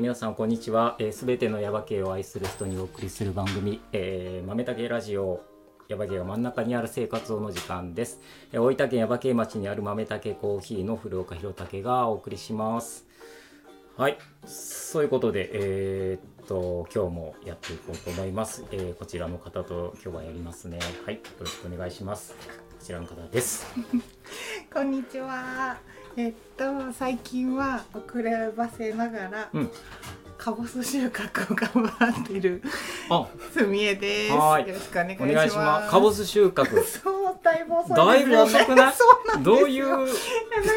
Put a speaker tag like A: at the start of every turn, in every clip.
A: 皆さんこんにちは。す、えー、べ、てのヤバ系を愛する人にお送りする番組、えー、豆竹ラジオ。ヤバ系が真ん中にある生活をの時間です。えー大分県ヤバ系町にある豆竹コーヒーの古岡弘武がお送りします。はい、そういうことで、えーっと今日もやっていこうと思います、えーこちらの方と今日はやりますね。はい、よろしくお願いします。こちらの方です。
B: こんにちは。えっと最近は遅ればせながら、
A: うん
B: カボス収穫を頑張っている
A: あ、
B: すみえです。よ
A: は
B: ろ
A: ーい
B: しくお願いし
A: お
B: ます。
A: 願いします。カボス収穫。
B: そうだいぶ遅いですよね
A: だいぶ遅くない
B: そうなんです
A: ど
B: よ
A: ういう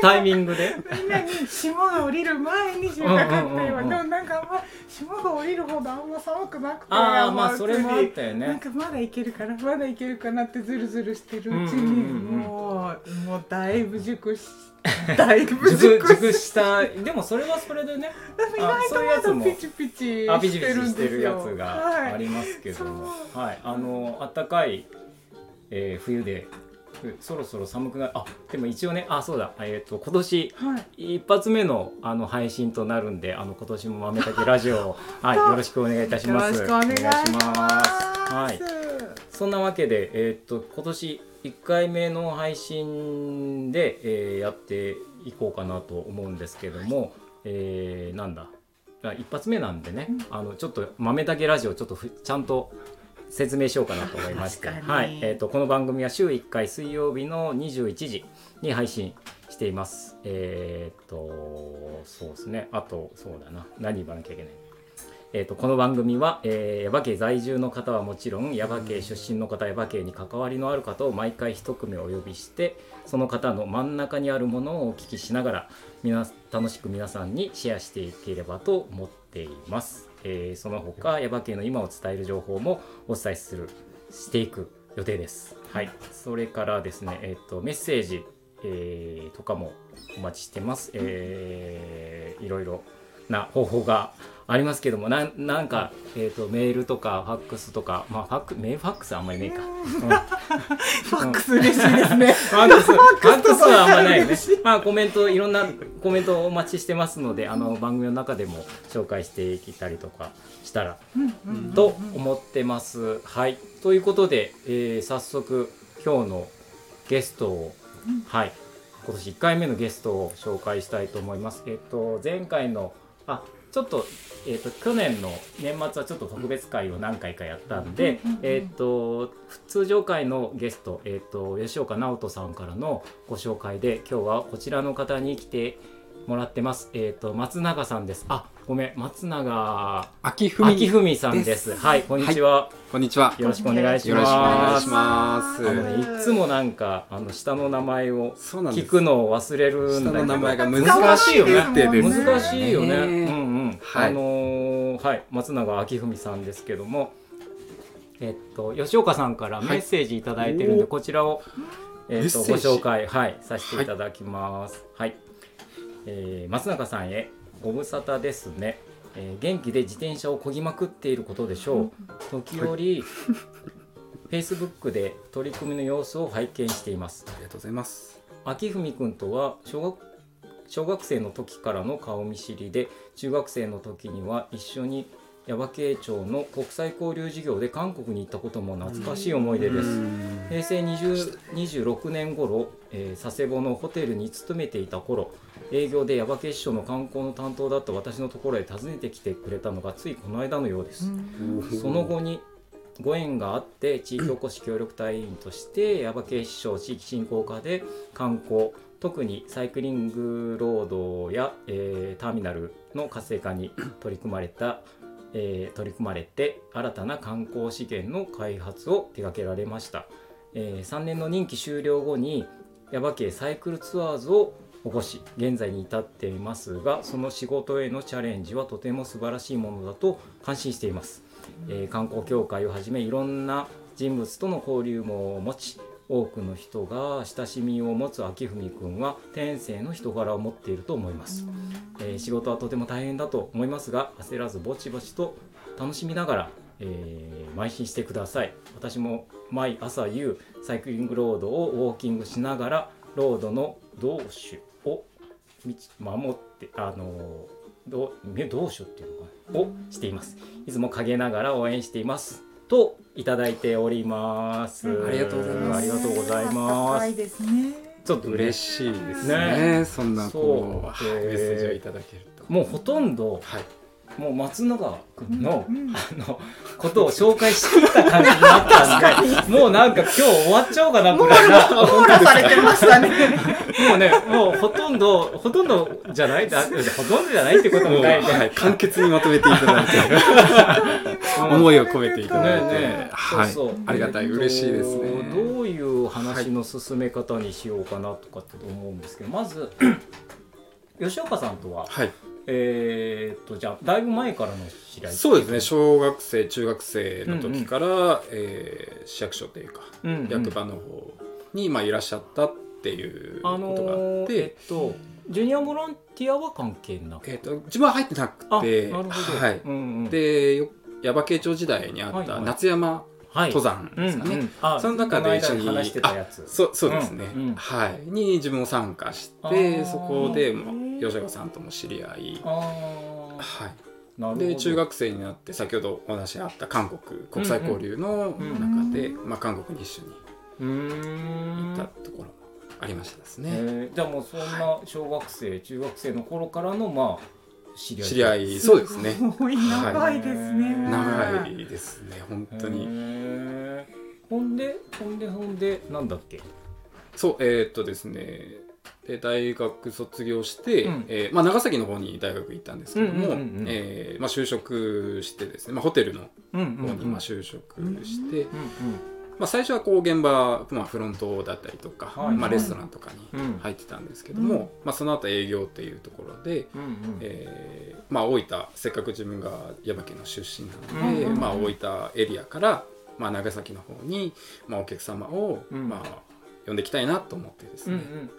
A: タイミングで
B: みんなに霜が降りる前に収穫っ
A: う
B: て
A: んうん
B: 言
A: うんう
B: われ
A: ん
B: てもなんかあんま霜が降りるほどあんま寒くなくて
A: ああ
B: ん
A: まあ
B: 普
A: そ
B: 通
A: れ
B: に
A: もあったよ
B: なん
A: ね
B: かまだいけるかなまだいけるかなってズルズルしてるうちに、
A: うんうんうんうん
B: もうもうだいぶ熟しだいぶ
A: 熟
B: 熟し
A: 熟したでもそれはそれで ね
B: 意外
A: そういうやつ
B: と
A: も
B: まだピチピチしてる
A: ア
B: んで
A: ピ
B: す
A: ジ
B: よ
A: ュジュしてるやつがありますけども
B: はいそ
A: はいあのあったかい、えー冬でふそろそろ寒くなるあでも一応ねあそうだえっ、と今年
B: はい、はい、
A: 一発目のあの配信となるんであの今年も豆たけラジオを、はい、 よろしくお願いいたし
B: よ
A: ま
B: ろし
A: す
B: くお願いしま
A: お
B: す
A: 願いしますは
B: はい
A: いそんなわけで、えーっと今年1回目の配信で、えーやっていこうかなと思うんですけども、えーなんだあ一発目なんでね、あのちょっと豆だけラジオちょっとふちゃんと説明しようかなと思いまして、
B: 確かに
A: はいえー、とこの番組は週1回水曜日の21時に配信しています。えーっとそうですねあとそうだな何言わなきゃいけないえー、とこの番組は、えー、ヤバ系在住の方はもちろんヤバ系出身の方ヤバ系に関わりのある方を毎回一組お呼びしてその方の真ん中にあるものをお聞きしながらみな楽しく皆さんにシェアしていければと思っています、えーその他ヤバ系の今を伝える情報もお伝えするしていく予定ですはいそれからですね、えー、とメッセージ、えーとかもお待ちしてます、えーいろいろな方法がありますけどもなんなんか、えー、とメールとかファックスとか、まあ、ファックメールファックスはあんまりねえか、うん
B: ファックス嬉しいです ね
A: ファックス、ファッ
B: ックス
A: クスはあんまないよね
B: 嬉しい。
A: まあコメント、いろんなコメントをお待ちしてますので、あの番組の中でも紹介していきたりとかしたら
B: うんうんうん
A: と思ってます。はい。ということで、えー早速今日のゲストを、
B: うん
A: はい。今年1回目のゲストを紹介したいと思います。えっと、前回の、あ、ちょっと、えっと、去年の年末はちょっと特別会を何回かやったんで
B: うんうんうん、
A: えっと、通常会のゲスト、えっと、吉岡直人さんからのご紹介で、今日はこちらの方に来てもらってます。えっと、松永さんです。あ、ごめん、松永
C: 秋文
A: 秋文さんです。
C: です
A: はい、こんにちは。
C: こんにちは。
A: よろしくお願いし
C: よろしくお願
A: ま
C: い
A: す
C: し。ます
A: あのね、いつもなんかあの下の名前を
C: そうなんで
A: 聞
C: す。
A: くのを忘れるんだ
C: 下
A: けど
C: の名前が
A: 難
C: 難
A: し
C: し
A: い
C: い
A: よ
C: よ
A: ね
C: ね。って
B: 難
C: です
A: 難しいよね。う
C: ね
A: んうん。
C: はい
A: あのーはい、松永明文さんですけども、えっと吉岡さんからメッセージいただいてるんで、
C: はい
A: こちらをえ
C: メ
A: っ
C: ッセ
A: と
C: ー
A: ご
C: ジ
A: 紹介はいさせていただきます。はい、えー松永さんへご無沙汰ですね。えー元気で自転車をこぎまくっていることでしょう。時折、Facebook で取り組みの様子を拝見しています。
C: ありがとうございます。
A: 秋文くんとは小学小学生の時からの顔見知りで中学生の時には一緒に矢場慶町の国際交流事業で韓国に行ったことも懐かしい思い出です、
C: うん
A: 平成20 26年頃、えー佐世保のホテルに勤めていた頃営業で矢場慶師匠の観光の担当だった私のところへ訪ねてきてくれたのがついこの間のようです、その後にご縁があって地域おこし協力隊員として矢場警視庁地域振興課で観光特にサイクリングロードや、えーターミナルの活性化に取り組まれた、えー取り組まれて新たな観光資源の開発を手掛けられました、えー3年の任期終了後に矢場家サイクルツアーズを起こし現在に至っていますがその仕事へのチャレンジはとても素晴らしいものだと感心しています、えー観光協会をはじめいろんな人物との交流も持ち多くの人が親しみを持つ秋文くんは天性の人柄を持っていると思います、えー仕事はとても大変だと思いますが焦らずぼちぼちと楽しみながら、えー邁進してください私も毎朝夕サイクリングロードをウォーキングしながらロードの道主を道守ってあのーどうめどうしようっていうのかなをしていますいつも陰ながら応援していますといただいております、
B: うん
C: ありがとうございます
A: ありがとうございま
B: 高い
A: す
B: ですね。
A: ちょっと嬉
C: 嬉
A: しい
C: しいですねそんなこう
A: そう
C: メッセージをいただけると
A: もうほとんど
C: はい
A: もう松永君の、
B: うん
A: あのことを紹介してきた感じになったんでもうなんか今日終わっちゃおうかなぐらいな
B: 網羅されてましたね。
A: もうね、もうほとんど、ほとんどじゃない、だほとんどじゃないってこと
C: も
A: も
C: う、
A: ないね。
C: はい、簡潔にまとめていただいて思いを込めていただいて、
A: ねえねえ
C: はい
A: そうそう
C: ありがたい
A: えっと
C: 嬉しいですね
A: どういう話の進め方にしようかなとかって思うんですけど、まず、吉岡さんとは、
C: はい
A: えーっと、じゃあ、だいぶ前からの知り合い
C: そうですね小学生中学生の時から、えー市役所というか、
A: うんうん
C: 役場の方に、まあ、いらっしゃったっていうこ
A: あの
C: とがあっ
A: ー
C: て、
A: えっと、ジュニアボランティアは関係なく
C: えー、と自分は入ってなく
A: あ、な
C: て
A: るほど。
C: はい
A: うんうん、
C: でよ耶馬渓町時代にあ
A: は
C: っ
A: いは
C: た
A: い
C: 夏山
A: はい、
C: 登山
A: うんう
C: ですかね、
A: んあ
C: その中で一緒に
A: この間話してたやつ。
C: そそうですね、
A: うんうん
C: はいに自分も参加し
A: あ
C: て
A: ー
C: そこでも
B: うん
C: う吉岡さんとも知り合い、
A: あー
C: はい、
A: なるほど
C: で中学生になって先ほどお話あった韓国国際交流の中で、まあ、韓国に一緒に
A: うー
C: 行
A: ん
C: ったところもありましたですね、
A: えーじゃあもうそんな小学生、中学生の頃からのまあ知り合い
C: 知り合いそうですね
B: すごい長いですね。
A: はい
C: 長いですね本当
A: へ
C: に
A: ーほんでほんでほんでなんだっけ
C: そうえーっとですねで大学卒業して、
A: うん
C: えーまあ、長崎の方に大学行ったんですけど
A: う
C: も
A: んうんうんうん
C: えーまあ就職してですね、まあ、ホテルの
A: うん
C: 方にまあ就職して、
A: うん
C: まあ、最初はこう現場、まあ、フロントだったりとか、
A: はい
C: まあ、レストランとかに
A: うん
C: 入ってたんですけども、
B: うん
C: まあ、その後営業っていうところで、
A: うんうんうん
C: えーまあ、大分せっかく自分が山県の出身なので、
A: うん
C: まあ、大分エリアから、まあ、長崎の方に、まあ、お客様を、
A: うん
C: まあ、呼んでいきたいなと思ってです
A: うんう
C: ね、
A: ん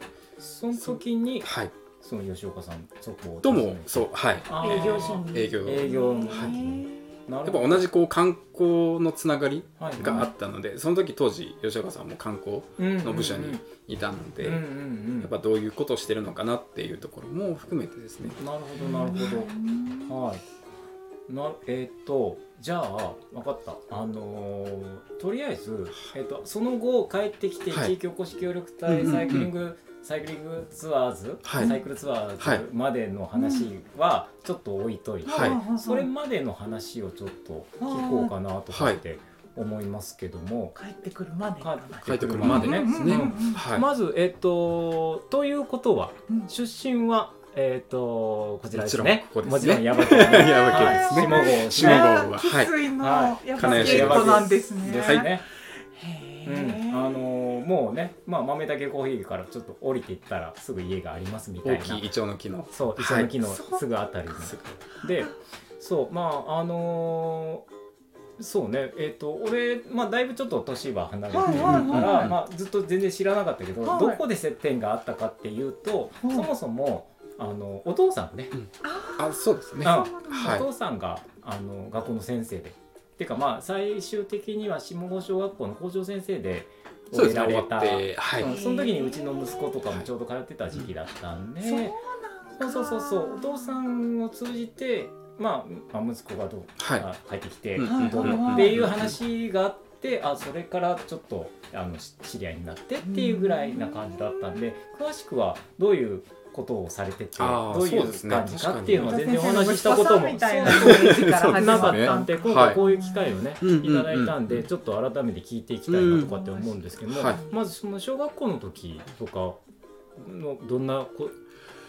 A: その時に
C: はい、
A: その吉岡さんそこを
C: どうもそうはい
A: あ
B: 営
A: ー
B: 業人
C: 営業
A: 営業の
C: は
A: な
C: やっ
A: る
C: ぱ
A: ほど
C: 同じこう観光のつながり
A: はいはい
C: があったのでその時当時吉岡さんも観光の部署にいたので、
A: うんうんうん
C: やっぱどういうことをしてるのかなっていうところも含めてですね。
A: なるほどなるほどはい。なえーっとじゃあ分かったあのーとりあえず、えーっとその後帰ってきて
C: はい
A: 地域おこし協力
C: うん
A: 隊
C: うんうん
A: サイクリングサイクリングツアーズ、
C: はい
A: サイクルツア
C: は
A: ー
C: い
A: ズまでの話はちょっと置いといて、
C: はい
A: それまでの話をちょっと聞こうかなとかって思いますけども、
B: 帰ってくるまで。
C: 帰ってくるまでね
A: う
C: で
A: んうん
C: すね
A: うん
C: はい。
A: まずえーっとということは
B: うん
A: 出身はえーっとこちらですね。
C: もちろん
A: もちろん山形ね
C: や
A: は
C: ば
A: い
C: いです
A: 下
C: ね。
A: 郷
C: 下郷は
B: 生
C: はい。
B: の
A: は
B: やっ
C: 金
B: ぱ
C: 吉
B: 結構なんですね。
A: ですね。
B: へ
A: うん
B: ー。
A: あのーもうね、まあ豆竹コーヒーからちょっと降りていったらすぐ家がありますみた
C: 大
A: いな。
C: きいイチョウの木の。
A: そう、一
C: はい
A: の木の
B: そう
A: すぐあたりに。で、そう、まああのーそうね、えっ、と俺まあだいぶちょっと年は離れてるから、
B: はいはい
C: はい
A: まあずっと全然知らなかったけど、
B: はい
A: どこで接点があったかっていうと、
B: はい
A: そもそもあのお父さんね、
C: あ、そうですね。
A: あ
C: は
A: お
C: い。
A: 父さんがあの学校の先生でてかまあ最終的には下郷小学校の校長先生で
C: そう
A: 終え
C: ですね。
A: ら
C: 終
A: れ
C: わ
A: た
C: って、はい。
A: うんその時にうちの息子とかもちょうど通ってた時期だったんで、
B: そうなん
A: そ
B: だ
A: うそうそうそうお父さんを通じて、まあ、まあ息子がどう
C: は
A: あ帰ってきて、
C: うん
B: はい
A: どう
B: はい
A: っていう話があってあそれからちょっとあのし知り合いになってっていうぐらいな感じだったんで詳しくはどういうことをされてて
C: あー
A: どうい
C: そう
A: う
C: ですね
A: 感じかっていうのは全然お話ししたこ
B: 先生
A: と
B: の
A: も
B: 息子さんみたい
A: そう
B: なイメージから
C: そう
B: 始
A: な
B: ま
A: か
B: っ
A: った
B: た
A: ん
B: ん
A: で
B: で
A: 今
C: は
A: 回
C: い
A: こういう機会をね、
C: うんうんうん
A: いただいたんでちょっと改めて聞いていきたいなとかって思うんですけども、
C: うんはい
A: まずその小学校の時とかのどんなこ
C: い。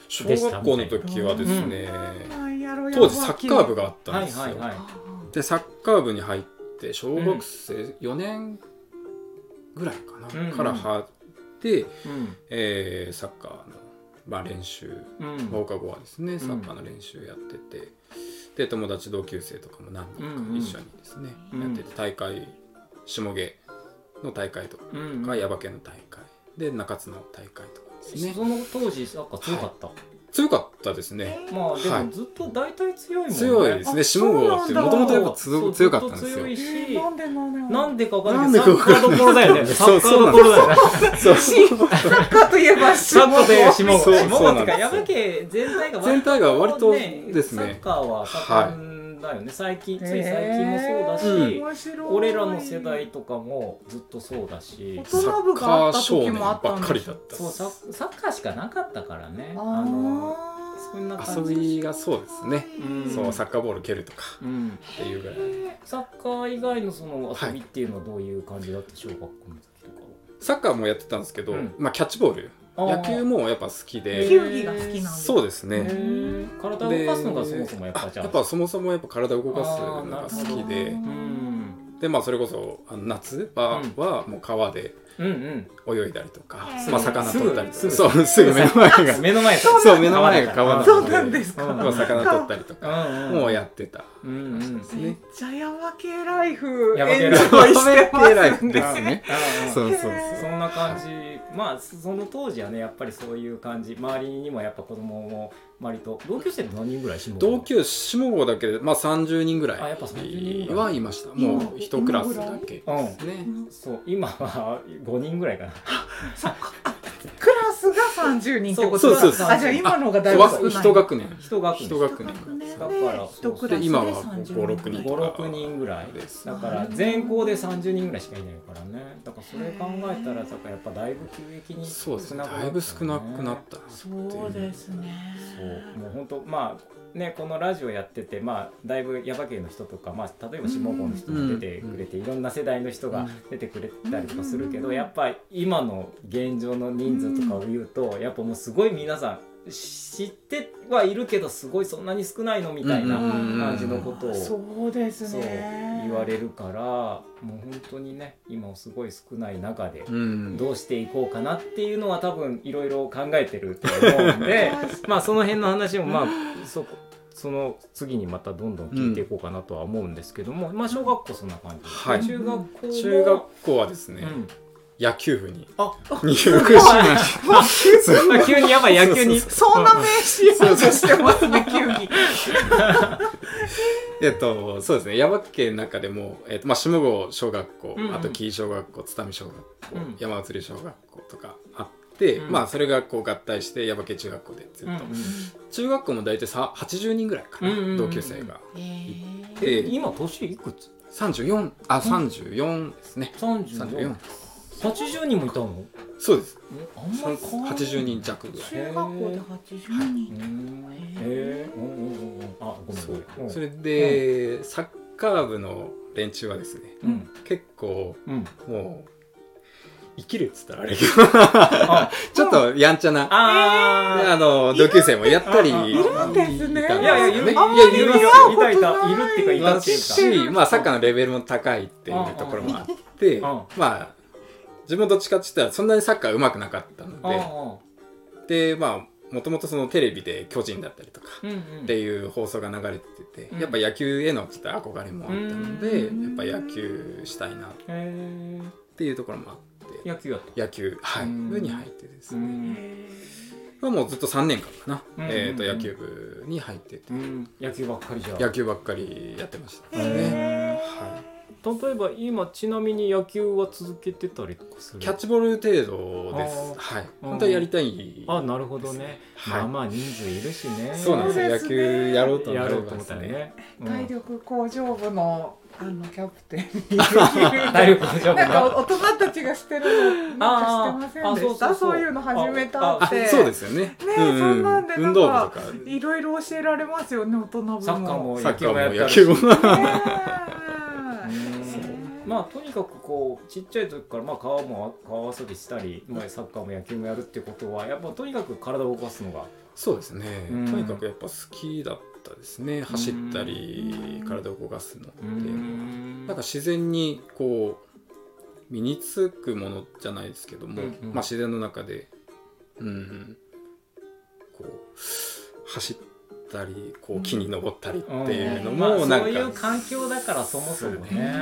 C: 小学校の時はですね、
B: なんやろやば
C: 当時サッカー部があったん
A: は
C: で
A: い
C: す
A: はい
C: よ。
A: はい
C: で、サッカー部に入って、小学生四年ぐらいか
A: うんうん
C: なから入って、
A: うん
C: えーサッカーのまあ練習
A: うん
C: 放課後はですねサッカーの練習やってて、で友達同級生とかも何人か一緒にですね、
A: うんうん
C: やってて大会下毛の大会とか
A: うん
C: 耶馬渓の大会で中津の大会とかですね
A: その当時なんか強かった、
C: 強かったですね。
A: まあで
C: はい
A: もずっと大体強いもんね、
C: 強いですね。
B: あ
C: 下郷っ
B: そうなん
C: て
B: だ
C: もともとやっぱ
A: そ
C: 強
A: う
C: 強かったんで
A: ず
C: す
A: と
C: よ
A: 強。いし
B: なんでなんでなんで
A: なんでかわかんないけ
C: なん
A: ど
C: で
A: サ
C: か
A: ッカ
C: わ
A: ーどころだよねサ
C: そう
A: ッカーどころだよね
C: そう
B: サッカーとい えば
A: サッカーという下
C: そう
A: 郷下郷っていうか
C: そうなん
A: 山家全体が割と
C: 全体が割とです
A: サッ
C: ね。
A: カーは盛んだよね、最近つい最近もそうだし、
C: へー
B: 面白い
A: 俺らの世代とかもずっとそうだし
B: 大
C: サ
B: 人
C: ッ
B: 部が
C: カ
B: あっ
C: ー
B: た
C: 少
B: 時
C: 年
B: もあ
C: ば
B: った
C: っ
B: ん
C: か
B: で
C: り
B: し
C: だっ
B: ょ
C: た。
A: そうサッサッカーしかなかったからね
B: あ
A: の
B: ー
A: そんな
C: 遊
A: 感じ
C: びがそうですね。
A: うん
C: そうサッカーボール蹴るとか
A: うん、
C: っていうぐらい。
A: サッカー以外のその遊びっていうのはどういう感じだった小学校の時とか
C: サッカーもやってたんですけど
A: うん、
C: まあキャッチボール、
A: は
C: 野球もやっぱ好き
A: へ
C: で、
A: ー
B: 球技が好きなんだ
C: そうですね。
A: 体を動かすのがそもそもやっぱ
C: あ
A: じゃあ
C: やっぱそもそもやっぱ体を動かすのが好きで
A: うん、うん
C: でまあそれこそあの夏場
A: うん
C: はもう川で
A: うん
C: 泳いだりとか、
B: へー
C: まあ魚取ったり
A: す
C: とか
A: ぐ
C: そうすぐ目の前が
A: 目の前
C: そうそう目の前が川なので
B: そうなんですか
C: まあ魚取ったりとか
A: うんうん
C: もうやっ てた
A: うんうんうん
C: です
B: めっ
C: ね。
B: ちゃヤマ系ライフ
A: ヤマ系
B: エン
A: ラ
B: ジ
A: イフ
B: ョイして
C: ライ
B: ます
C: フ
B: ね
C: ですね。そうそうそう。
A: そんな感じ、まあその当時はねやっぱりそういう感じ周りにもやっぱ子供も割と同級生で何人ぐらいしも
C: 同級下郷だけでまあ30人ぐら
A: あやっぱ30
C: い
A: 人
C: はいました。
B: 今
C: もう一クラスだけですね。
A: そう今は5人ぐらいかな
B: クラスが三十人ってこと
C: そうそうそう
B: あじゃあ今の方がだいぶ
C: わ
B: 少ない
C: 一学年
A: 人が
C: 一学年
B: 一
A: だか
B: 学年
A: ら
B: で一クラ
C: で
B: スで
C: 今は
B: 30
C: 56人とか
A: 56人ぐらい
C: です
A: だから全校で30人ぐらいしかいないからねだからそれ考えたらだからやっぱだいぶ急激に
C: そうですね
A: なくなったね
C: だいぶ少なくなった
B: そうですね
A: そうもう本当まあねこのラジオやっててまあだいぶヤバ系の人とか、まあ、例えば下郷の人も出てくれて、いろんな世代の人
C: う
A: が
C: ん
A: 出てくれたりとかするけど、
B: うん
A: やっぱ今の現状の人数とかを言うと、やっぱもうすごい皆さん知ってはいるけどすごいそんなに少ないのみたいな
C: うんうんうん
A: 感じのことを、
B: そうです
A: そう
B: ね
A: 言われるからもう本当にね今すごい少ない中で
C: うん
A: どうしていこうかなっていうのは多分いろいろ考えてると思うん でまあその辺の話もまあそこその次にまたどんどん聞いていこうかなとは思うんですけども、まあ小学校そんな感じ、
C: はい
A: 中学校は
C: 中学校はですね、
A: うん
C: 野球部に
A: あ
C: 入学しました。
A: まあ 急にやばい野球に
C: そう
B: そんな名刺やとしてますね球技
C: えっと、そうですね、山形県の中でも、えっとまあ、下郷小学校、
A: うんうん
C: あと紀伊小学校、津民小学校、
A: うん
C: 山移り小学校とかあって、
A: うん
C: まあ、それがこう合体して、山形中学校でずっと、中学校も大体さ80人ぐらいかな、
A: うんうんうんうん
C: 同級生が。
B: え
C: で、
A: 今年いくつ
C: 34、あ、34ですね。
A: ?3480
C: 34。
A: 人もいたの
C: そうです。
A: えあんまり変わらない
C: 80人弱ぐらい。
B: 中学校で80人
A: へえ。うんうんうんうん。あ、ごめん
C: そ
A: ごめ。
C: うんそれで、サッカー部の連中はですね、
A: うん。
C: 結構、
A: うん。
C: もう、生きるっつったらあれやけど、
A: あ、
C: ちょっとやんちゃな。で
A: あ
C: あの同級生もやったり
A: いる
B: いるんですね
C: た
A: ー。い
C: ん
A: やいや、い
C: です
A: る、
C: よね
A: い
B: あんま
A: や、い
B: り
A: るよ
B: 見た
A: い
B: こと
A: た
B: ない
A: いた、いるっていうか、いたって
C: い
A: い
C: る
A: うか。
C: し、まあ、サッカーのレベルも高いっていうところもあって、
A: うんうん
C: まあ自分どっちかって言ったらそんなにサッカー上手くなかったの
A: あ
C: ででまあもともとそのテレビで巨人だったりとか
A: あうんうん
C: っていう放送が流れてて、
A: うん
C: やっぱ野球へのちょっと憧れもあったので、
B: うん
C: やっぱ野球したいなっ
A: へ
C: ていうところもあっ
A: え。
C: て
A: 野球やった。
C: 野球、はい
A: うん
C: 部に入ってです
A: う
C: ね、
A: ん。
C: まあもうずっと3年間かな、
A: うんうんうん
C: えー、と野球部に入ってて、
A: うん。野球ばっかりじゃ。
C: 野球ばっかりやってましたね。
A: へ
C: はい
A: ー例えば、今、ちなみに野球は続けてたりとかする
C: キャッチボール程度で
A: あー
C: す。はい。
A: うん
C: 本当はやりたい。
A: あ、なるほどね。
C: はい
A: まあまあ、人数いるしね。
C: そうなんですよ。野
B: そうですね
C: 球やろうと
A: や
C: 思
A: ろ
C: え
A: うと
C: ば
A: 思
C: で
A: った
C: す
A: ら
C: ね。
A: ね。
B: ー体力向上部のあのキャプテン
A: う
B: に
A: ん体力大丈夫
B: なん
A: か
B: か大人たちがしてるのなんかしてませんでした
A: あーあそうそうそう
B: そういうの始めたっ
C: あ
B: て、
C: そうですよね。
B: えそんなんでなんか
C: 運動部とか、
B: いろいろ教えられますよね大人部も
A: サッカーも
C: サ
A: 野
C: ッカ
A: 球もや
C: ー
A: っ
C: も
A: た
C: 野
A: り
C: 球も。
A: うんま
B: ま
A: あとにかくこうちっちゃい時からまあ川も川遊びしたり、まあ、サッカーも野球もやるってことはやっぱとにかく体を動かすのが
C: そうですね。
A: うん
C: とにかくやっぱ好きだったですね。走ったり
B: う、ん
C: 体を動かすのっていうのは。
A: な
C: なんか自然にこう、身につくものじゃないですけども、
A: うんうん
C: まあ自然の中で、うん、こう、走っったりこう木に登ったりって
A: うん
C: いうの
A: まあ
C: もなん
A: そういう
C: か、
A: 環境だからそもそもね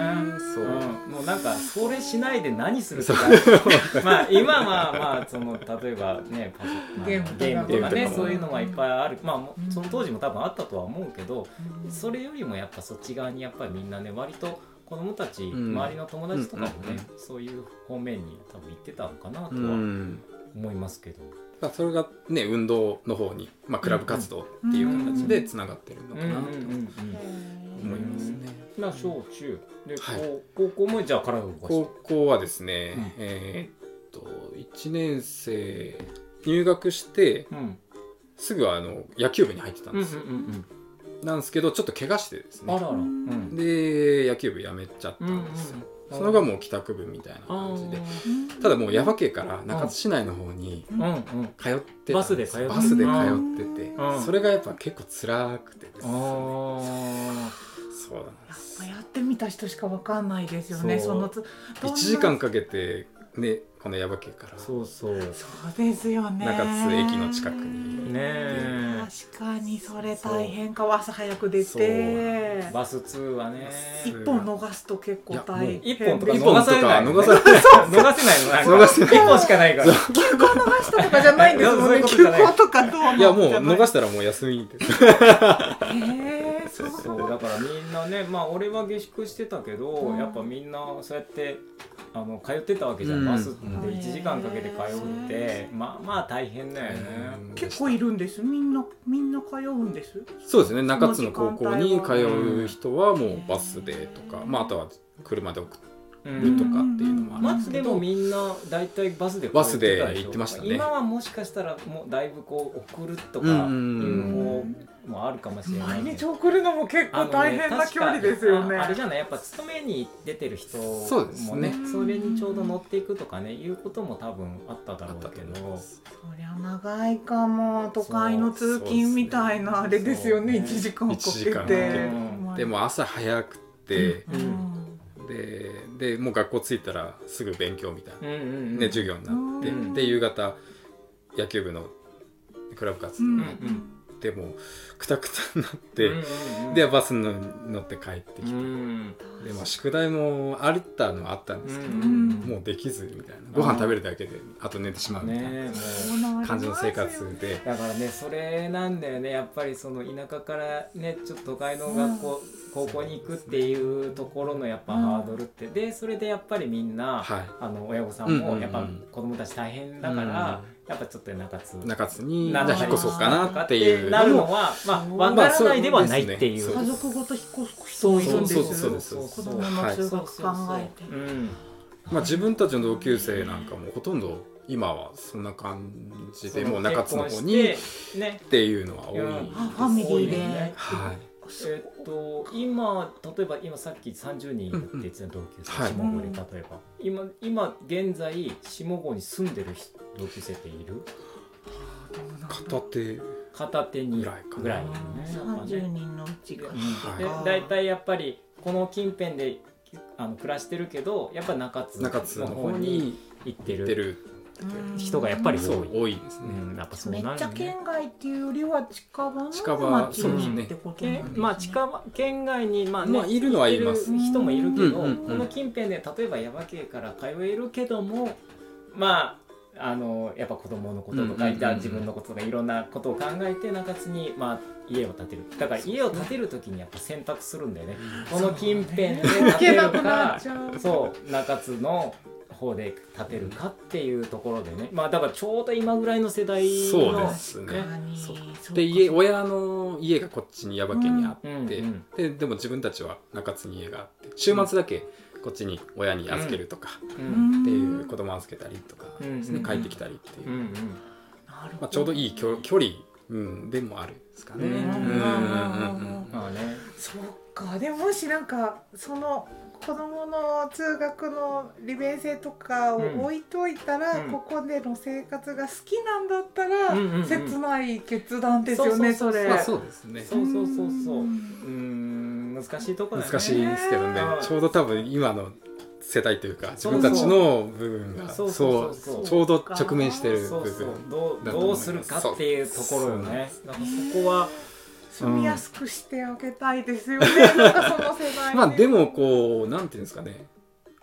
C: そう
A: うんもうなんかそれしないで何するとかまあ今はまあまあその例えばねパソコン
B: ゲームとか
A: ゲームとか
C: ゲー
A: ね
C: ムとか
A: そういうのはいっぱいあるまあも
B: うん
A: その当時も多分あったとは思うけど
B: うん
A: それよりもやっぱそっち側にやっぱりみんなね割と子供たち、
C: ん
A: 周りの友達とかもね、
C: うんうん
A: そういう方面に多分行ってたのかなとは
C: うん、
A: 思いますけど、
C: だからそれがね運動の方に、まあ、クラブ活動っていう形でつながってるのかなと思いますね。
A: まあ小中で、
C: はい
A: 高高校もじゃあ体を動かして
C: 高校はですね、
A: うん
C: えーっと1年生入学して
A: うん
C: すぐあの野球部に入ってたん
A: うんうん
C: ですよ、
A: うん
C: なんですけどちょっと怪我してです
A: うんあ
C: ね
A: らあらうん
C: で野球部辞めちゃったんですよ、その後はもう帰宅部みたいな感じでただもう耶馬渓から中津市内の方に
A: うんうん
C: 通って
A: バスで通って
C: たバスで通ってて、
A: うん
C: それがやっぱ結構辛くてですね
A: あ
C: そうなんです
B: やってみた人しかわかんないですよね
A: そう
B: そのつどん
C: 1
B: な
C: 時間かけてねこの耶馬渓から
A: あそうそうね
B: そうですよね
C: 中津駅の近くに
A: え
B: 確かにそれ大変か朝早く出
C: そう
B: て
A: バス通はね
B: 一本逃すと結構大変
A: 一本とか
B: で
C: 一
B: す
C: 本とか
A: 逃さ
C: 逃さ
A: れ
C: れ
A: ない逃せないのなんか
C: 逃せない
A: 一本しかないから
B: 休校逃したとかじゃないんですもん
A: い
B: ね
A: やそう
B: 休
A: いうこ
B: 校とかどうなん
C: いやもう
B: じゃない
C: 逃したらもう休みです
B: へえそ
A: そう
B: う
A: だからみんなねまあ俺は下宿してたけど、
B: うん
A: やっぱみんなそうやってあの通ってたわけじゃん、
C: うん
A: バスで1時間かけて通って、まあまあ大変だよね、
B: 結構いるんですみんなみんな通うんです
C: そうですね中津の高校に通う人はも
B: う
C: うんバスでとか、まあ、あとは車で送
A: う
C: ると
A: ん
C: かっていうのもある
A: ま
C: ん
A: あ
C: ですけ
A: で
C: ど、
A: もみんな大体バスで通
C: バス
A: ってた
C: で
A: でしょ
C: 行ってましたね
A: 今はもしかしたらもうだいぶこう送るとかいう
C: うんうんうん
A: 方もあるかもしれない
B: 毎
A: けど
B: 日送るのも結構大変な距離ですよね
A: あの確かああれじゃないやっぱ勤めに出てる人もね
C: そうですね
A: それにちょうど乗っていくとかねいうことも多分あっただろうけ
C: あったと思い
A: ど
C: ます
B: そりゃ長いかも都会の通勤みたいな
A: そう
B: あれですよね
A: そう
B: 一時間かけ
C: 一時間かけ
B: て
C: て
A: う
C: でも朝早くて、
B: うん
C: ででもう学校着いたらすぐ勉強みたいな、
A: うんうんうん
C: ね、授業になって、
A: うん
C: で夕方野球部のクラブ
B: う
C: 活動
B: ん
C: に
B: う
C: なっ
B: ん
C: て、もうくたくたになって、
A: うんうんうん
C: でバスに乗って帰ってきて、
A: うん
C: でまあ、宿題もあったのはあったんですけど、
A: うん
C: もうできずみたいなご飯食べるだけであと寝てしまうみたいな
A: ねえ
B: そ
A: もう
B: うなりますよね
C: 感じの生活で
A: だからねそれなんだよねやっぱりその田舎からねちょっと都会の学校高校に行くっていうところのやっぱ
B: うん
A: ハードルってでそれでやっぱりみんな、
C: はい
A: あの親御さん
C: うんうん
A: も
C: うん
A: やっぱ子供たち大変だから、やっぱちょっと中津
C: 中津にじ
A: な
C: ゃ
A: ん
C: あ
A: か
C: 引っ越そうかなっていう
A: なる
C: の
A: の
C: も
A: はまあ
B: そう
A: わからないではないってい
C: ま
A: う
B: 家
C: あそうですね
B: 族ごと引っ越す人もいるんですよね
C: そうそうそうですそうです
B: 子供の中学考えて
A: うん
C: まあ、自分たちの同級生なんかもほとんど今はそんな感じでもう中津の方にっ
A: 結婚してね
C: ていうのは多い、
A: うん
B: あファミリーで
A: 多いね
C: はい
A: えっと今例えば今さっき30人いるって言ってた同級生、
C: はい
A: 下郷で例えば今今現在下郷に住んでる人同級生っている
C: 片手
A: 片手に
C: ぐらいかな
A: ぐらいねやっぱね
B: 三十人のうちが
A: で
C: は
A: 大体やっぱりこの近辺であの暮らしてるけどやっぱ中津
C: 中津の方に
A: 行って
C: 行っ
A: る、
C: てる
A: 人がやっぱりそう
C: 多いです
A: う
C: ね、
A: ん、やっぱそう
B: めっ
A: なる
B: ちゃ
A: よね
B: 県外っていうよりは近場の
C: 近場
B: 町
A: そうです
C: ね
B: ってことなん
A: け
B: ですね
A: まあ近場県外にまあね、
C: まあいるのはいます
A: 行ってる人もいるけど、
C: うんうんうん
A: この近辺で例えば耶馬渓から通えるけどもまああのやっぱ子供のこととか、
C: うんうんうんうん
A: 自分のこととかいろんなことを考えて中津に、まあ、家を建てるだから家を建てる時にやっぱ選択するんだよねこの近辺で建
B: 行
A: て
B: け
A: る
B: なくな
A: か
B: っちゃう
A: そう中津の方で建てるかっていうところでねまあだからちょうど今ぐらいの世代の
C: そうですね
B: 確かにそうか
C: で家親の家がこっちに耶馬渓にあって、
A: うんうん
C: ででも自分たちは中津に家があって週末だけこっちに親に預けるとか、
A: うん
C: っていう子供預けたりとかです
A: う
C: ね、
A: ん
C: 帰ってきたりっていう、
A: うんうん
B: なるほど
C: まあ、ちょうどいい距距離、うん、でもあるんですかね。
A: うん
C: うんうんうん
A: まあね
B: そっかでもしなんかその子供の通学の利便性とか
A: うん
B: を置いといたら、
A: うん
B: ここでの生活が好きなんだったら、
A: うんうんうん
B: 切ない決断ですよね
A: そうそ
B: そ
A: うそう
B: れ
C: まあそうですね
A: そうそうそうそうう
B: う
A: ー
B: ん
A: ん難しいとこだよね
C: 難しいですけどね
A: うん
C: ちょうど多分今の世代というか自分たちの部分が
A: そ
C: そうう
A: そうそうそう
C: ちょうど直面してる
A: そう
C: 部
A: そう
C: 分
A: どう
C: だと思います
A: どうするかっていうところよねだからそこは
B: 住みやすくしてあげたいですよね、なんかその世代
C: まあでもこうなんていうんですかね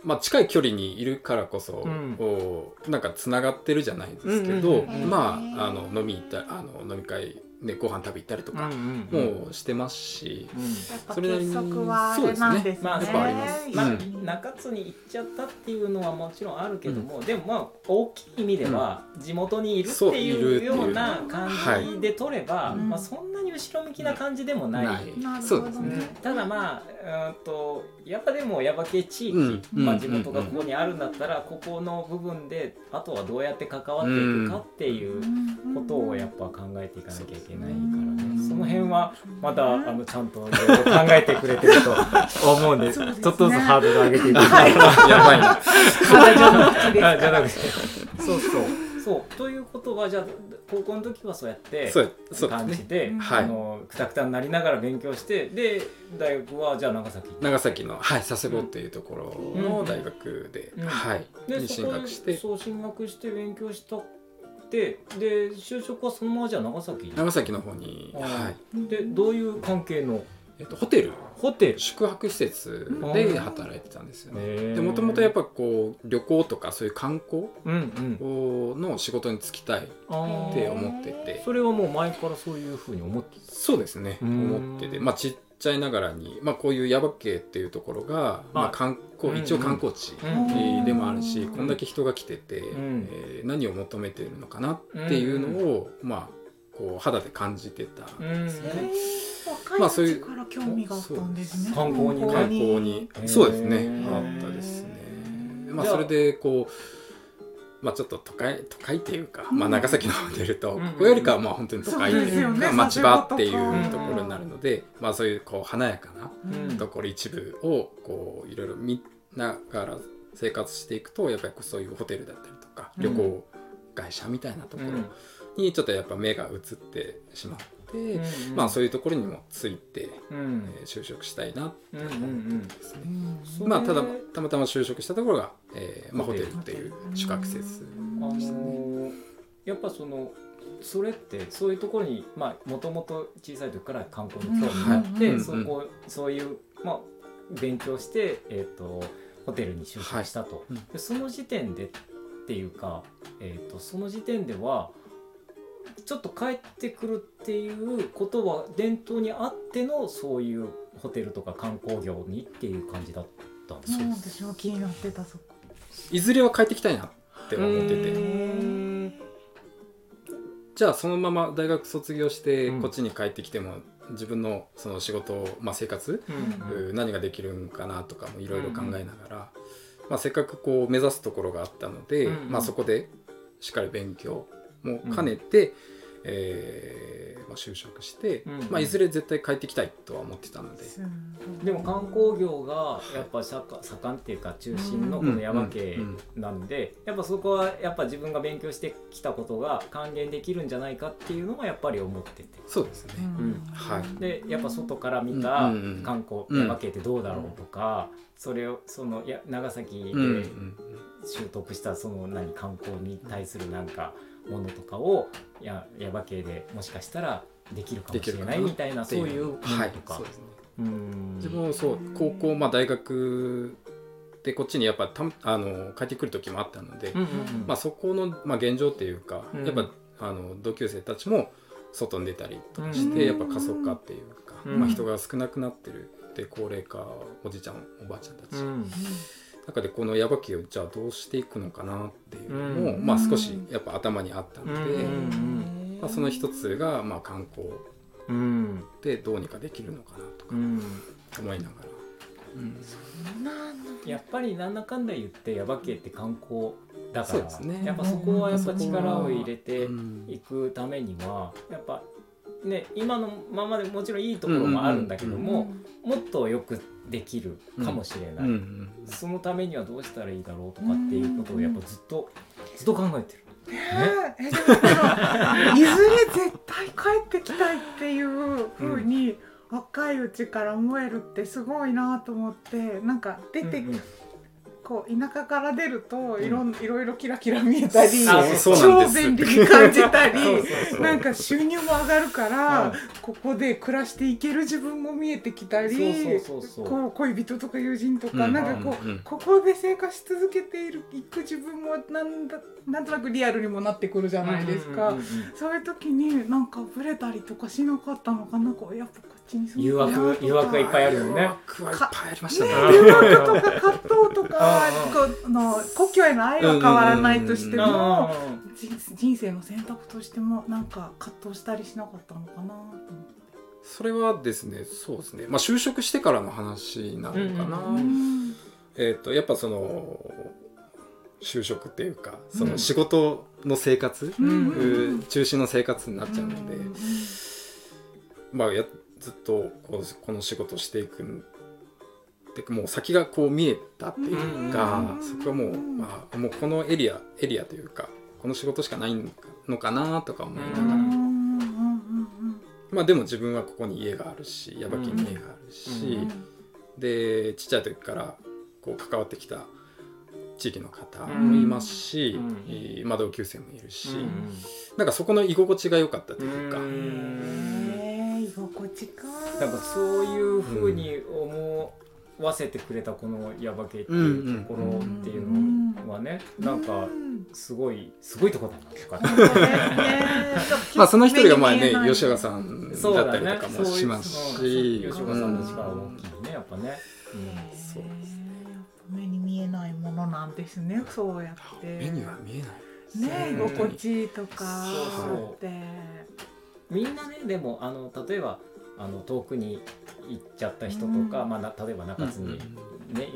C: まあ、近い距離にいるからこそ、
A: うん
C: こうなんかつながってるじゃないですけど、
A: うんうんうんうん
C: まああの飲み行ったあの飲み会でご飯食べ行ったりとか
A: ん
C: もうしてますし、
B: やっぱ
C: それなり
B: 結
C: に
B: 束はあれなんですね
A: まあ
C: やっぱあります
A: まあ、
C: うん
A: 中津に行っちゃったっていうのはもちろんあるけども、でもまあ大きい意味では地元にいるって
C: そういるっ
A: い
C: て
A: う
C: いう
A: ような感じで取れば、
B: はい
A: まあ、そんなに後ろ向きな感じでもない。
B: なるほどね
C: そうですね。
A: ただまあ、うーんとやっぱでも耶馬渓地域、
C: うん
A: まあ、地元が
C: うん
A: ここにあるんだったら、ここの部分であとはどうやって関わっていくかっていうことをやっぱ考えていかなきゃいけないからね、
B: うん
A: その辺はまだ
B: うん
A: あのちゃんといろいろ考えてくれてると思うんで
B: そうですね
A: ちょっとずつハードル上げていく
C: やばいな。
A: あじゃなくてそうそうそうということはじゃあ高校の時はそうやって
C: そうそうです
A: 感じ
C: ね。
A: て、
B: うん
C: はい
A: あのくたくたになりながら勉強してで大学はじゃあ長崎行って
C: 長崎のはい佐世保っていうところの大学で、
A: うん
C: はい
A: で
C: に
A: そ
C: 進
A: こ
C: 学
A: で
C: して
A: そう進学して勉強したってで就職はそのままじゃあ長崎に
C: 長崎の方に、
A: あー
C: はい
A: でどういう関係の
C: えっと、ホテル
A: ホテル
C: 宿泊施設で働いてたんですよね。で
A: で
C: もともとやっぱこう旅行とかそういう観光
A: うんうん
C: の仕事に就きたいっ
A: あー
C: て思ってて
A: それはもう前からそういうふうに思って
C: そうですね
A: うん
C: 思ってて、まあ、ちっちゃいながらに、まあ、こういう耶馬渓っていうところが、まあ、
A: う
C: 観
A: ん
C: 光一応観光地
A: た、
B: ん
C: えーでもある
B: う
C: し
B: ん
C: こんだけ人が来てて、
A: ん
C: えー何を求めてるのかなっていうのを、まあ、こう肌で感じてたんですね。ま
B: ま
C: あ
B: あ
C: そ
B: そうう
C: い
B: いううから興味があったんですね。
A: 観光にね
C: 観光に
A: へー
C: そうですね
A: へ
C: あ
A: ー
C: ったですねまあ
A: じゃあ
C: それでこうまあちょっと都会都会っていうか、まあ、長崎の方に出ると、
A: うんうん
C: ここよりかはまあ本当に都会って
A: そうです
C: い
A: よ
C: う
A: ね
C: か町場ってい
B: そういう
C: う
A: こと
C: と
A: か
C: ころになるので、まあそういうこう華やか
B: う
A: うん
B: ん
C: なところ一部をこういろいろ見ながら生活していくとやっぱりこうそういうホテルだったりとか
A: うん
C: 旅行会社みたいなと
A: と
C: こ
A: こ
C: ろ
A: ろ、
C: にちょっとやっぱ目が移ってしまって、まあそういうところにもついて、
A: うん、う
C: え
A: ん
C: ー就職したいな
A: うんうんう
C: と思って
A: ん
C: たんですね。
A: それ
C: まあ、ただたまたま就職したところが、えーまあ、ホテルっていう宿泊施設
A: あのーやっぱそのそれってそういうところにまあもともと小さい時から観光に興味があって、
C: うんはい
A: そこそういうまあ勉強してえっ、とホテルに就職したと、
C: うん
A: でその時点でっていうかえっ、とその時点ではちょっと帰ってくるっていうことは伝統にあってのそういうホテルとか観光業にっていう感じだったんです
B: そ
A: か
B: う私も気になってたそこ。
C: いずれは帰ってきたいなって思って
A: う
C: て
A: ーん
C: じゃあそのまま大学卒業して
A: うん
C: こっちに帰ってきても自分のその仕事、まあ、生活、
A: うん
C: 何ができるんかなとかもいろいろ考えながら、まあ、せっかくこう目指すところがあったので、
A: うんうん
C: まあ、そこでしっかり勉強も兼ねて、えーまあ、就職して、
A: うんうん
C: まあ、いずれ絶対帰ってきたいとは思ってたので。
A: でも観光業がやっぱ盛盛んっていうか中心のこの耶馬渓なんでやっぱそこはやっぱ自分が勉強してきたことが還元できるんじゃないかっていうのもやっぱり思ってて
C: そうですね、
A: ん
C: はい
A: でやっぱ外から見た
C: うんうんうん
A: 観光
C: うん
A: 耶馬渓ってどうだろうとかそれをそのいや長崎で
C: うんうん
A: 習得したその何観光に対するなんかものとかをや耶馬渓でもしかしたらできるかもしれないみたいなそういうものと
C: はい
A: か
C: そう。ですね
A: うん
C: 自分もそう高校、まあ、大学でこっちにやっぱたあの帰ってくる時もあったので、
A: うんうんうん
C: まあ、そこの、まあ、現状っていうか、
A: うん
C: やっぱあの同級生たちも外に出たりとかして、
B: うん
C: やっぱ過疎化っていうか、
A: うん
C: まあ、人が少なくなってるで高齢化おじいちゃんおばあちゃんたち、
A: うん
C: 中でこの耶馬渓をじゃあどうしていくのかなっていうの
A: う
C: も、
A: ん
C: まあ、少しやっぱ頭にあったので、
A: うん
C: まあ、その一つが、まあ、観光
A: うん
C: でどうにかできるのかなとか
A: うん、
C: 思いながら。うん
A: やっぱりなんだかんだ言って耶馬渓って観光だか
C: そう
A: ら、
C: ですね
A: やっぱそこはやっぱ力を入れて
C: うん
A: いくためにはやっぱね今のままでもちろんいいところもあるんだけども、もっとよくできるかもしれ
C: う
A: ない、
C: んうん
A: そのためにはどうしたらいいだろうとかっていうことをやっぱずっとずっと考えてる。
B: えでもそのいずれ絶対帰ってきたいっていう風に若いうちから思えるってすごいなと思ってなんか出て
A: うんうん
B: こう田舎から出るといろん、いろいろキラキラ見えたり
A: あそう
C: そうなん
B: 超
C: です
B: 便利に感じた
A: そ
B: り
A: うそうそう
B: なんか収入も上がるから、
A: うん
B: ここで暮らしていける自分も見えてきたり
A: そうそうそうそう
B: こう恋人とか友人とか、
C: うん
B: なんかこう、
C: うん
B: ここで生活し続けているいく自分もなんだなんとなくリアルにもなってくるじゃないですか。
A: うんうんうんうん
B: そういう時になんかブレたりとかしなかったのかなこうやっぱこっちに住
A: 誘
B: むなと
A: 惑
B: か
A: 誘惑がいっぱいあるよ
C: 誘
A: ね。
C: 惑はいっぱいありましたね。
A: ね
B: 誘惑とか葛藤と か
A: う
B: こうの故郷への愛は変わらないとして
A: う
C: うんん
B: も人人生の選択としてもなんか葛藤したりしなかったのかなと思って
C: それはですね、そうですね。まあ就職してからの話なのかな。
A: うん
B: うん
C: えっ、とやっぱその就職っていうか、そうの
A: ん
C: 仕事の生活、
B: うん
A: うん
B: うん
C: 中心の生活になっちゃうので、
B: うん
C: まあやずっとこうこの仕事していくんでもう先がこう見えたっていうか、
B: うん
C: そこはもう、まあ、もうこのエリアエリアというかこの仕事しかないのかのかなとか思いながら、
B: うんうんうん
C: まあでも自分はここに家があるし矢吹に家がある
A: う
C: し
B: うんうん、
C: でちっちゃい時からこう関わってきた地域の方もいますし、
A: うん
C: えーまあ同級生もいるし、
A: うん
C: なんかそこの居心地が良かったというか、
A: うん
B: えー居心地か
A: なんかそういうふうに思わせてくれたこのヤバ系っていうところっていうのはね、なんか
B: うん
A: すごいすごいとこだなとかね。
B: そうですね
C: まあその一人がまあ
B: 目
C: ね
B: に見えない
C: 吉岡さんだ
A: そう
C: っ
A: だ
C: たり
A: ね
C: とか。もします
A: そうい
C: し
A: うのが吉岡さんの力は大きいねやっぱね。うん
C: そうです
B: へーやっぱ目に見えないものなんですねそうやって
C: 目には見えない
B: ね居
A: そう
B: 心地とか
A: そうそう
B: あって
A: みんなねでもあの例えばあの遠くに行っちゃった人とか、
B: うん
A: まあな、例えば中津に、ね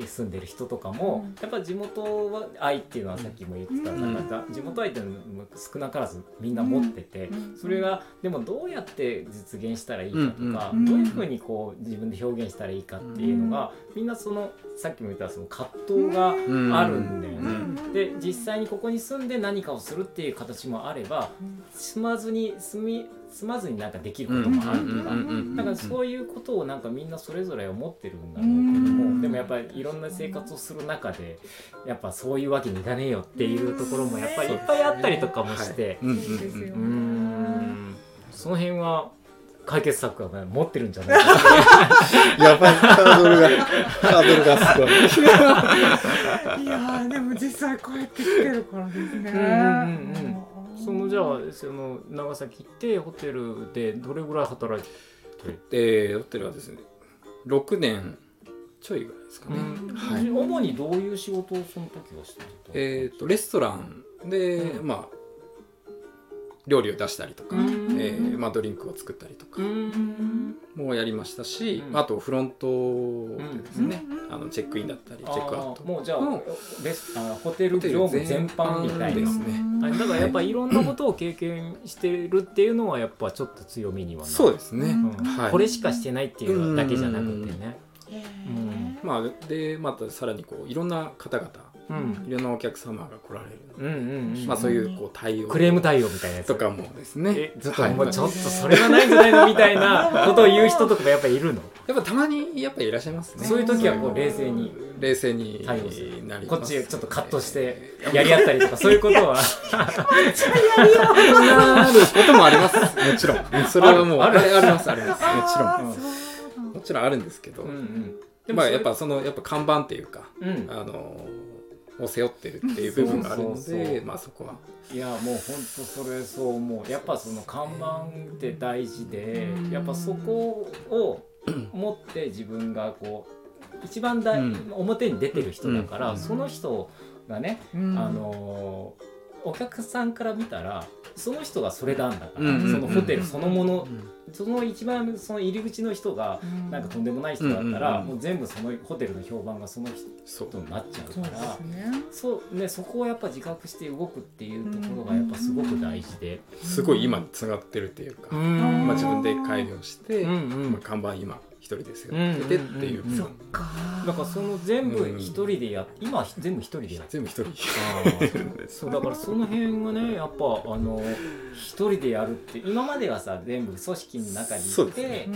A: 住んでる人とかも、
B: うん
A: やっぱ地元は愛っていうのはさっきも言ってた、
B: うん
A: なんか地元愛っていうのも少なからずみんな持ってて、
B: うん
A: それがでもどうやって実現したらいいかとか、
B: うん
A: どういうふうにこう自分で表現したらいいかっていうのが、みんなそのさっきも言ったその葛藤が、
C: うん
A: あるんだよね
B: うん
A: で実際にここに住んで何かをするっていう形もあれば
B: うん
A: 住まずに住み住まずになんかできることもあるとか、
B: うん
A: だからそういうことをなんかみんなそれぞれ思ってるんだろうけども、
B: うん
A: でもやっぱりいろんな生活をする中でやっぱそういうわけにいかねえよっていうところもやっぱりいっぱいあったりとかもして、
C: うんうん
B: そうですよね
A: うーんその辺は解決策はね持ってるんじゃないかな
C: やばいハードルがハードルがすごい
B: いやーでも実際帰ってきてるからですね
A: うんうんうん
B: う ん
A: そのじゃあその長崎行ってホテルでどれぐらい働いて
C: でホテルはですね6年ちょいぐらいですかね、
A: うん
C: はい
A: 主にどういう仕事をその時はしてた
C: えー、とレストランで、
A: うん
C: まあ料理を出したりとか、
A: うん
C: えーまあ、ドリンクを作ったりとか
A: ん
C: もやりましたし、
A: うん
C: あとフロントでですね、
B: うん
C: あのチェックインだったりチェ
A: あ
C: ックアウ
A: ー
C: ト
A: もうじゃあ
C: の
A: レスあホテル業務全般みたい
C: で
A: な
C: すね
B: うん
A: あだからやっぱいろんなことを経験してるっていうのはやっぱちょっと強みにはなる
C: そうですね、
B: うん
A: ん
C: はい
A: これしかしてないっていうだけじゃなくてね
B: へー
A: うん
C: まあ、でまたさらにこういろんな方々
A: う
B: うんん
C: いろんなお客様が来られるので、
A: うんうんうん
C: まあ、そういうこう対応
A: クレーム対応みたいなやつ
C: とかもですね
A: えちょっと
C: はい
A: もうちょっとそれはないんじゃないのみたいなことを言う人とかもやっぱいるの
C: やっぱたまにやっぱいらっしゃいますね
A: そういう時はこう冷静に
C: 冷静に
A: 対応する
C: なり
A: こ
C: ます
A: っちちょっとカットして
C: えー
A: やり合ったりとかそういう ことは
C: なることもあります もちろんそれはもう
A: あ
C: あ
A: る
C: れありますあります もちろ
B: あ
C: ん
B: ー
A: ち
B: そうなんだ
C: もちろんあるんですけど、
A: うん
C: まあやっぱそのやっぱ看板っていうか、
A: うん
C: あのを背負ってるっていう部分があるので
A: そうそうそう
C: まあそこはい
A: やもう本当それそう思うやっぱその看板って大事でやっぱそこ を持って自分がこう一番だ、
C: うん
A: 表に出てる人だから、
C: うん
A: その人がね、
B: うん
A: あのーお客さんから見たらその人がそれなんだから、
C: うん
A: そのホテルそのもの
C: う、ん
A: その一番その入り口の人が
B: うん
A: なんかとんでもない人だったら、
C: うん
A: もう全部そのホテルの評判がその人
C: そう
A: になっちゃ
B: そう
A: う
B: で
A: から
B: す。ね
A: そうね、そこをやっぱ自覚して動くっていうところがやっぱすごく大事で、
C: すごい今につながってるっていうか、
A: ん
C: まあ、自分で改良して、
A: うんうん
C: まあ、看板今一人ですよ
A: うんうんうん
C: ねてっていう部
A: うん
B: そっ
C: 分
B: か
A: だからその全部
C: うん
A: 一人でやっ今全部一人でやって
C: 全部一人
A: るそうだからその辺がねやっぱあの一人でやるって今まではさ全部組織の中に
C: そう
A: い
C: です
A: て、
C: ね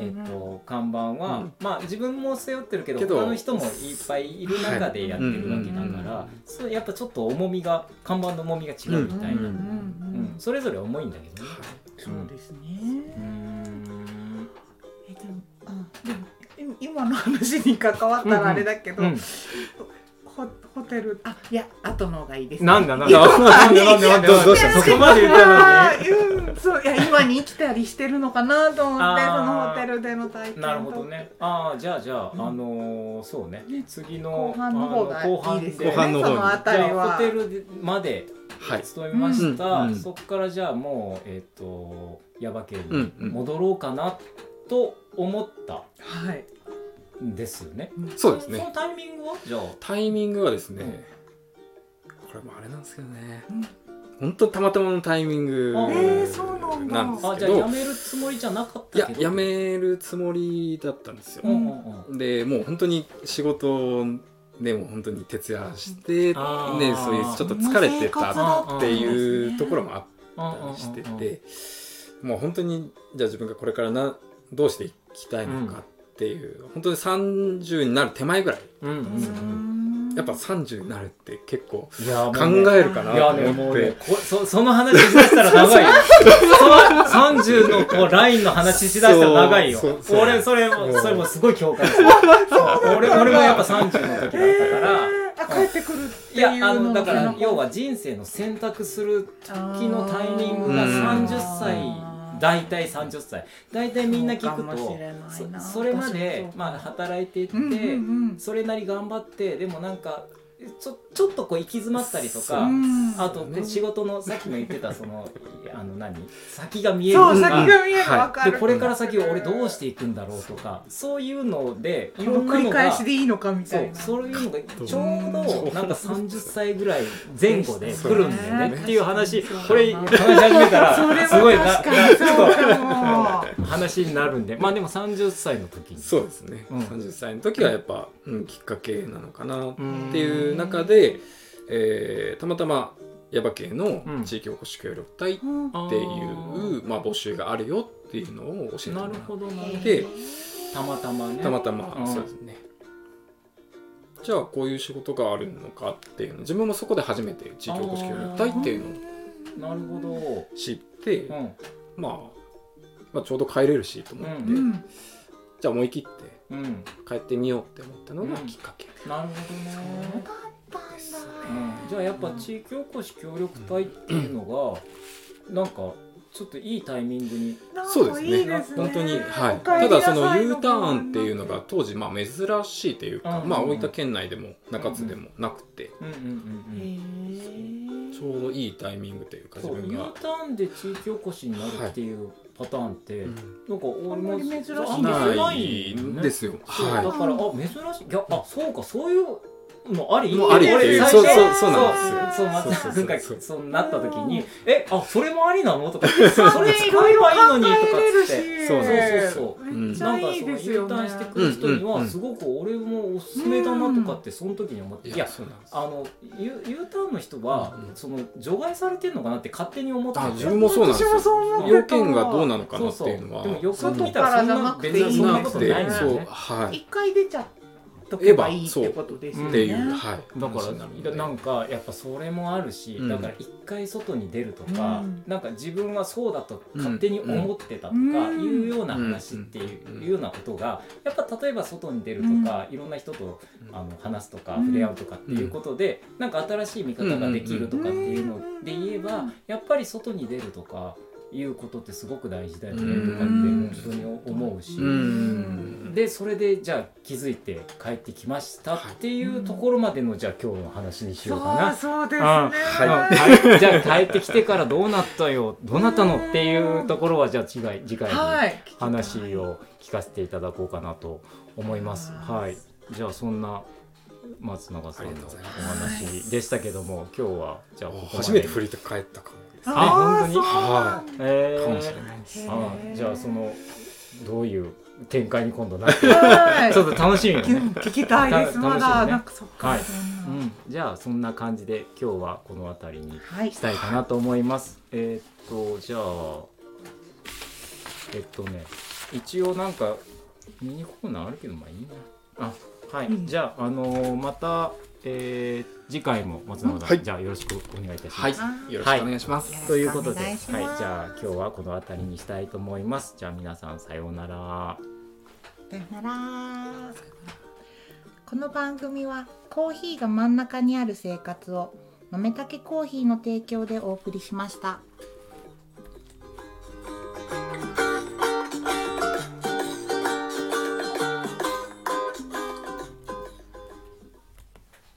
A: えっと看板は、
C: うん
A: まあ自分も背負ってるけど
C: けど
A: 他の人もいっぱいいる中でやってるわけだから、
B: はい
A: そうやっぱちょっと重みが看板の重みが違うみたいな、
C: うんうん
A: うんそれぞれ重いんだけどね。
B: そうですね、
A: うん
B: えでもあでも今今の話に関わったらあれだけど、
A: うん
B: ホホテルあいや後の方がいいです、
A: なんだなんだなんでなんでなんで
C: どうどうした
A: そこまで言ったのに
B: あーうん、そういや今に生きたりしてるのかなと思って
A: あー
B: そのホテルでの体験と
A: なるほどね。ああじゃあじゃあ、
B: うん
A: あのーそうね
B: ね
A: 次の
B: 後半の方が
A: あの後半
B: いい
A: で
B: ですよね
C: 後半の方に
B: そのあ
A: じ
B: たり
A: ゃあ
B: は
A: ホテルまで
C: はい
A: 勤めました、
C: はいうん
A: そこからじゃあもうえっ、と耶馬渓に
C: うんうん
A: 戻ろうかなと思った
B: はい
A: んですよね。
C: そうです
A: そ
C: ね
A: のタイミングはじゃあ
C: タイミングはですね、
A: うん
C: これもあれなんですけどね、
B: うん
C: ほん、本当たまたまのタイミング
A: あえー
B: そうなんだ
C: なんです
A: あじ
C: け
A: ゃあ
C: ど
A: 辞めるつもりじゃなかっ
C: い
A: た
C: や
A: けど。
C: や。めるつもりだったんですよ
A: う、んうんうん。
C: でもう本当に仕事でも本当に徹夜して、ね、
A: あ
C: そう
A: ー
C: いうちょっと疲れて
B: こんな生活
C: た
B: だたん
C: っ
B: で
C: て
B: すね
C: いうところもあっ
A: うんうんうん
C: た
A: うん
C: りしててもう本当にじゃあ自分がこれからなどうしていきたいのかっていう、本当に30になる手前ぐらい
A: うんうんうん。
C: やっぱ30になるって結構
A: いやもう
C: 考
A: ね
C: えるかないと
A: やねも
C: 思っ
A: うね
C: て。
A: こそその話しだしたら長いよそう30のこうラインの話しだしたら長いよ
C: そうそう
A: 俺それ
C: う
A: も
C: ん
A: それもすごい共感する俺俺もやっぱ30の時だったか
B: え
A: ら、
B: ー、あ帰ってくるって
A: い
B: いう
A: やあ
B: の
A: の
B: も
A: だから
B: その
A: 要は人生の選択する時のタイミング
C: う
A: が
C: ん
A: 30歳大体30歳大体みんな聞
B: そうか
A: く
B: もしれないな
A: とそそれま
B: 私も
A: で
B: そう
A: まあ働いていて、
B: うんうんうん
A: それなり頑張ってでもなんかちょちょっとこう行き詰まったりと
C: そう
A: か、
B: うん
A: あと
C: ね
A: 仕事のさっきも言ってたそのあの何先が見える
B: そう
A: と
B: 先
A: か
B: が見える
C: はい
B: わか
A: で
B: る、
A: これから先俺どうしていくんだろうとかそういうのでい
B: こ
A: ろ
B: の
A: んな
B: 繰り
A: の
B: 返
A: が
B: しでいいのかみ
A: そ
B: た
A: う
B: いな
A: そういうのがちょう
B: う
A: ど
C: ん
A: なんか30歳ぐらい前後で来るんだよ
C: そう
A: ね
C: ね
A: っていう話
B: そう
A: これ話し始めた
B: それ
A: ら
B: は
A: すごいな
B: 確かに
A: なちょっと
B: そうか も
A: 話になるんでまあでも30歳の時に
C: そうですね、
A: うん
C: 30歳の時はやっぱ、うん、きっかけなのかなっ
A: うん
C: ていう中で、えーたまたま耶馬渓の
A: うん
C: 地域おこし協力隊っていう、
B: うん
C: まあ、募集があるよっていうのを教えても
A: な
C: ら
A: るほ
C: っ
A: どな
C: て
A: たまたまね
C: たまたま、
A: うん
C: そうですねじゃあこういう仕事があるのかっていうの自分もそこで初めて地域おこし協力隊っていうのを
A: なるほど
C: 知って、
A: うん
C: まあ、まあちょうど帰れるしと思って、
A: う
B: うん
C: じゃあ思い切って
A: うん
C: 帰ってみようって思ったのがきっかけ、
A: なるほどねうんじゃあやっぱ地域おこし協力隊っていうのがなんかちょっといいタイミングに
B: なんか
C: そうですね
B: いいですね
C: 本当に、はい、
B: お帰
C: た
B: りな
C: だ
B: さ
C: そ
B: い
C: の U ターンっていうのが当時まあ珍しいというか、
A: うん
C: まあ、大分県内でも中津でもなくて、
A: うんうんうんうん
B: へー
C: ちょうどいいタイミングというか自
A: そう
C: 分
A: U
C: が、
A: ターンで地域おこしになるっていうパターンって、
C: うん
A: なんか俺も
B: あんまり珍しい
A: あんまり
C: な
A: ない
C: いんですすよ。
A: そう
C: は
A: だからあ珍しいいやあそうかそういうのあり
C: もうありって
A: 俺
C: いう
A: 最初
C: そうそうそうなん
B: です
A: そうそう松田
B: よ
C: そうそう
A: 君が
C: そう
A: そうなった時にえあそれもありなの とかそれ使えばいいのにとかっつって
C: そう
A: そうそうそう
B: めっち
A: な
B: ゃ
A: んか
B: いい
A: その U
B: ですよ
A: タ
B: ね。
A: ーンしてくる人に
C: うんうん
A: は
C: うん
A: すごく俺もおすすめだなとかってその時に思って
C: い、
A: いや
C: そうなんです
A: あの U, U ターンの人は、
C: うん
A: その除外されてるのかなって勝手に思ってた
C: あ自分もそうなんですよ
B: 私もそう思ってた
C: 要件がどうなのかなっていうのは
A: でもよく見た
B: 外からら
A: そん
B: じゃな
A: な
B: くて
A: 別
B: いい
A: にそんな
C: な
A: こ
C: く
A: と
C: て
A: ないです
C: そ
A: よ
C: う
A: ね
C: はい
B: 一回出ちゃっとけばいいっ
C: そう
B: てことですよ
C: っ
B: ね。
C: ていう、はい、
A: だか
C: 話になるので
A: らなんかやっぱそれもあるし、
C: うん
A: だから一回外に出るとか、
B: うん
A: なんか自分はそうだと勝手に思ってたとか
B: うん
A: いうような話っていう,、
C: うん
A: ようなことがやっぱ例えば外に出るとか、いろんな人とあの話すとか
B: うん
A: 触れ合うとかっていうことで、なんか新しい見方ができるとかっていうので言えば、
B: うん
A: やっぱり外に出るとかいうことってすごく大事だよねとかって
B: うん
A: 本当に思うし。
B: う
C: う
B: ん
C: ん
A: でそれでじゃあ気づいて帰ってきましたっていうところまでのじゃあ今日の話にしようかな。
B: そうそうですね。
A: あ
C: は
A: うんはいじゃあ帰ってきてからどうなったよどうなったのっていうところはじゃあ次回次回
B: は
A: に
B: い。
A: 話を聞かせていただこうかなと思います。
B: は
A: はいい、じゃあそんな松永さんの
C: ありがとうござい
A: お話でしたけども今日はじゃあここまで
C: 初めて振り返ったかもです
A: あ本当に
B: あーそうなんだ
A: えー
C: かもしれないです
B: へー
A: あじゃあそのどういう展開に今度なって
B: はい
A: ちょっと楽しみにね
B: 聞きたいです
A: た
B: ま
A: 楽しみ
B: だ
A: ね
B: なんかそっか、
A: はい
B: そんな
A: うん、じゃあそんな感じで今日はこの辺りに
B: はい
A: したいかなと思います。えーっとじゃあえっとね一応なんかミニコーナーあるけどまあいいな。あはい、
B: うん
A: じゃああのーまた、えー次回も松永さん、
C: はい
A: じゃあよろしくお願いいたします。
C: はい
B: あ、ー
C: よろしくお願いします。
A: ということで、は
B: よろ
A: い、
B: しく
A: じ
B: お願いします
A: ゃあ今日はこの辺りにしたいと思います。じゃあ皆さんさようなら。
B: さよならこの番組はコーヒーが真ん中にある生活を豆たけコーヒーの提供でお送りしました。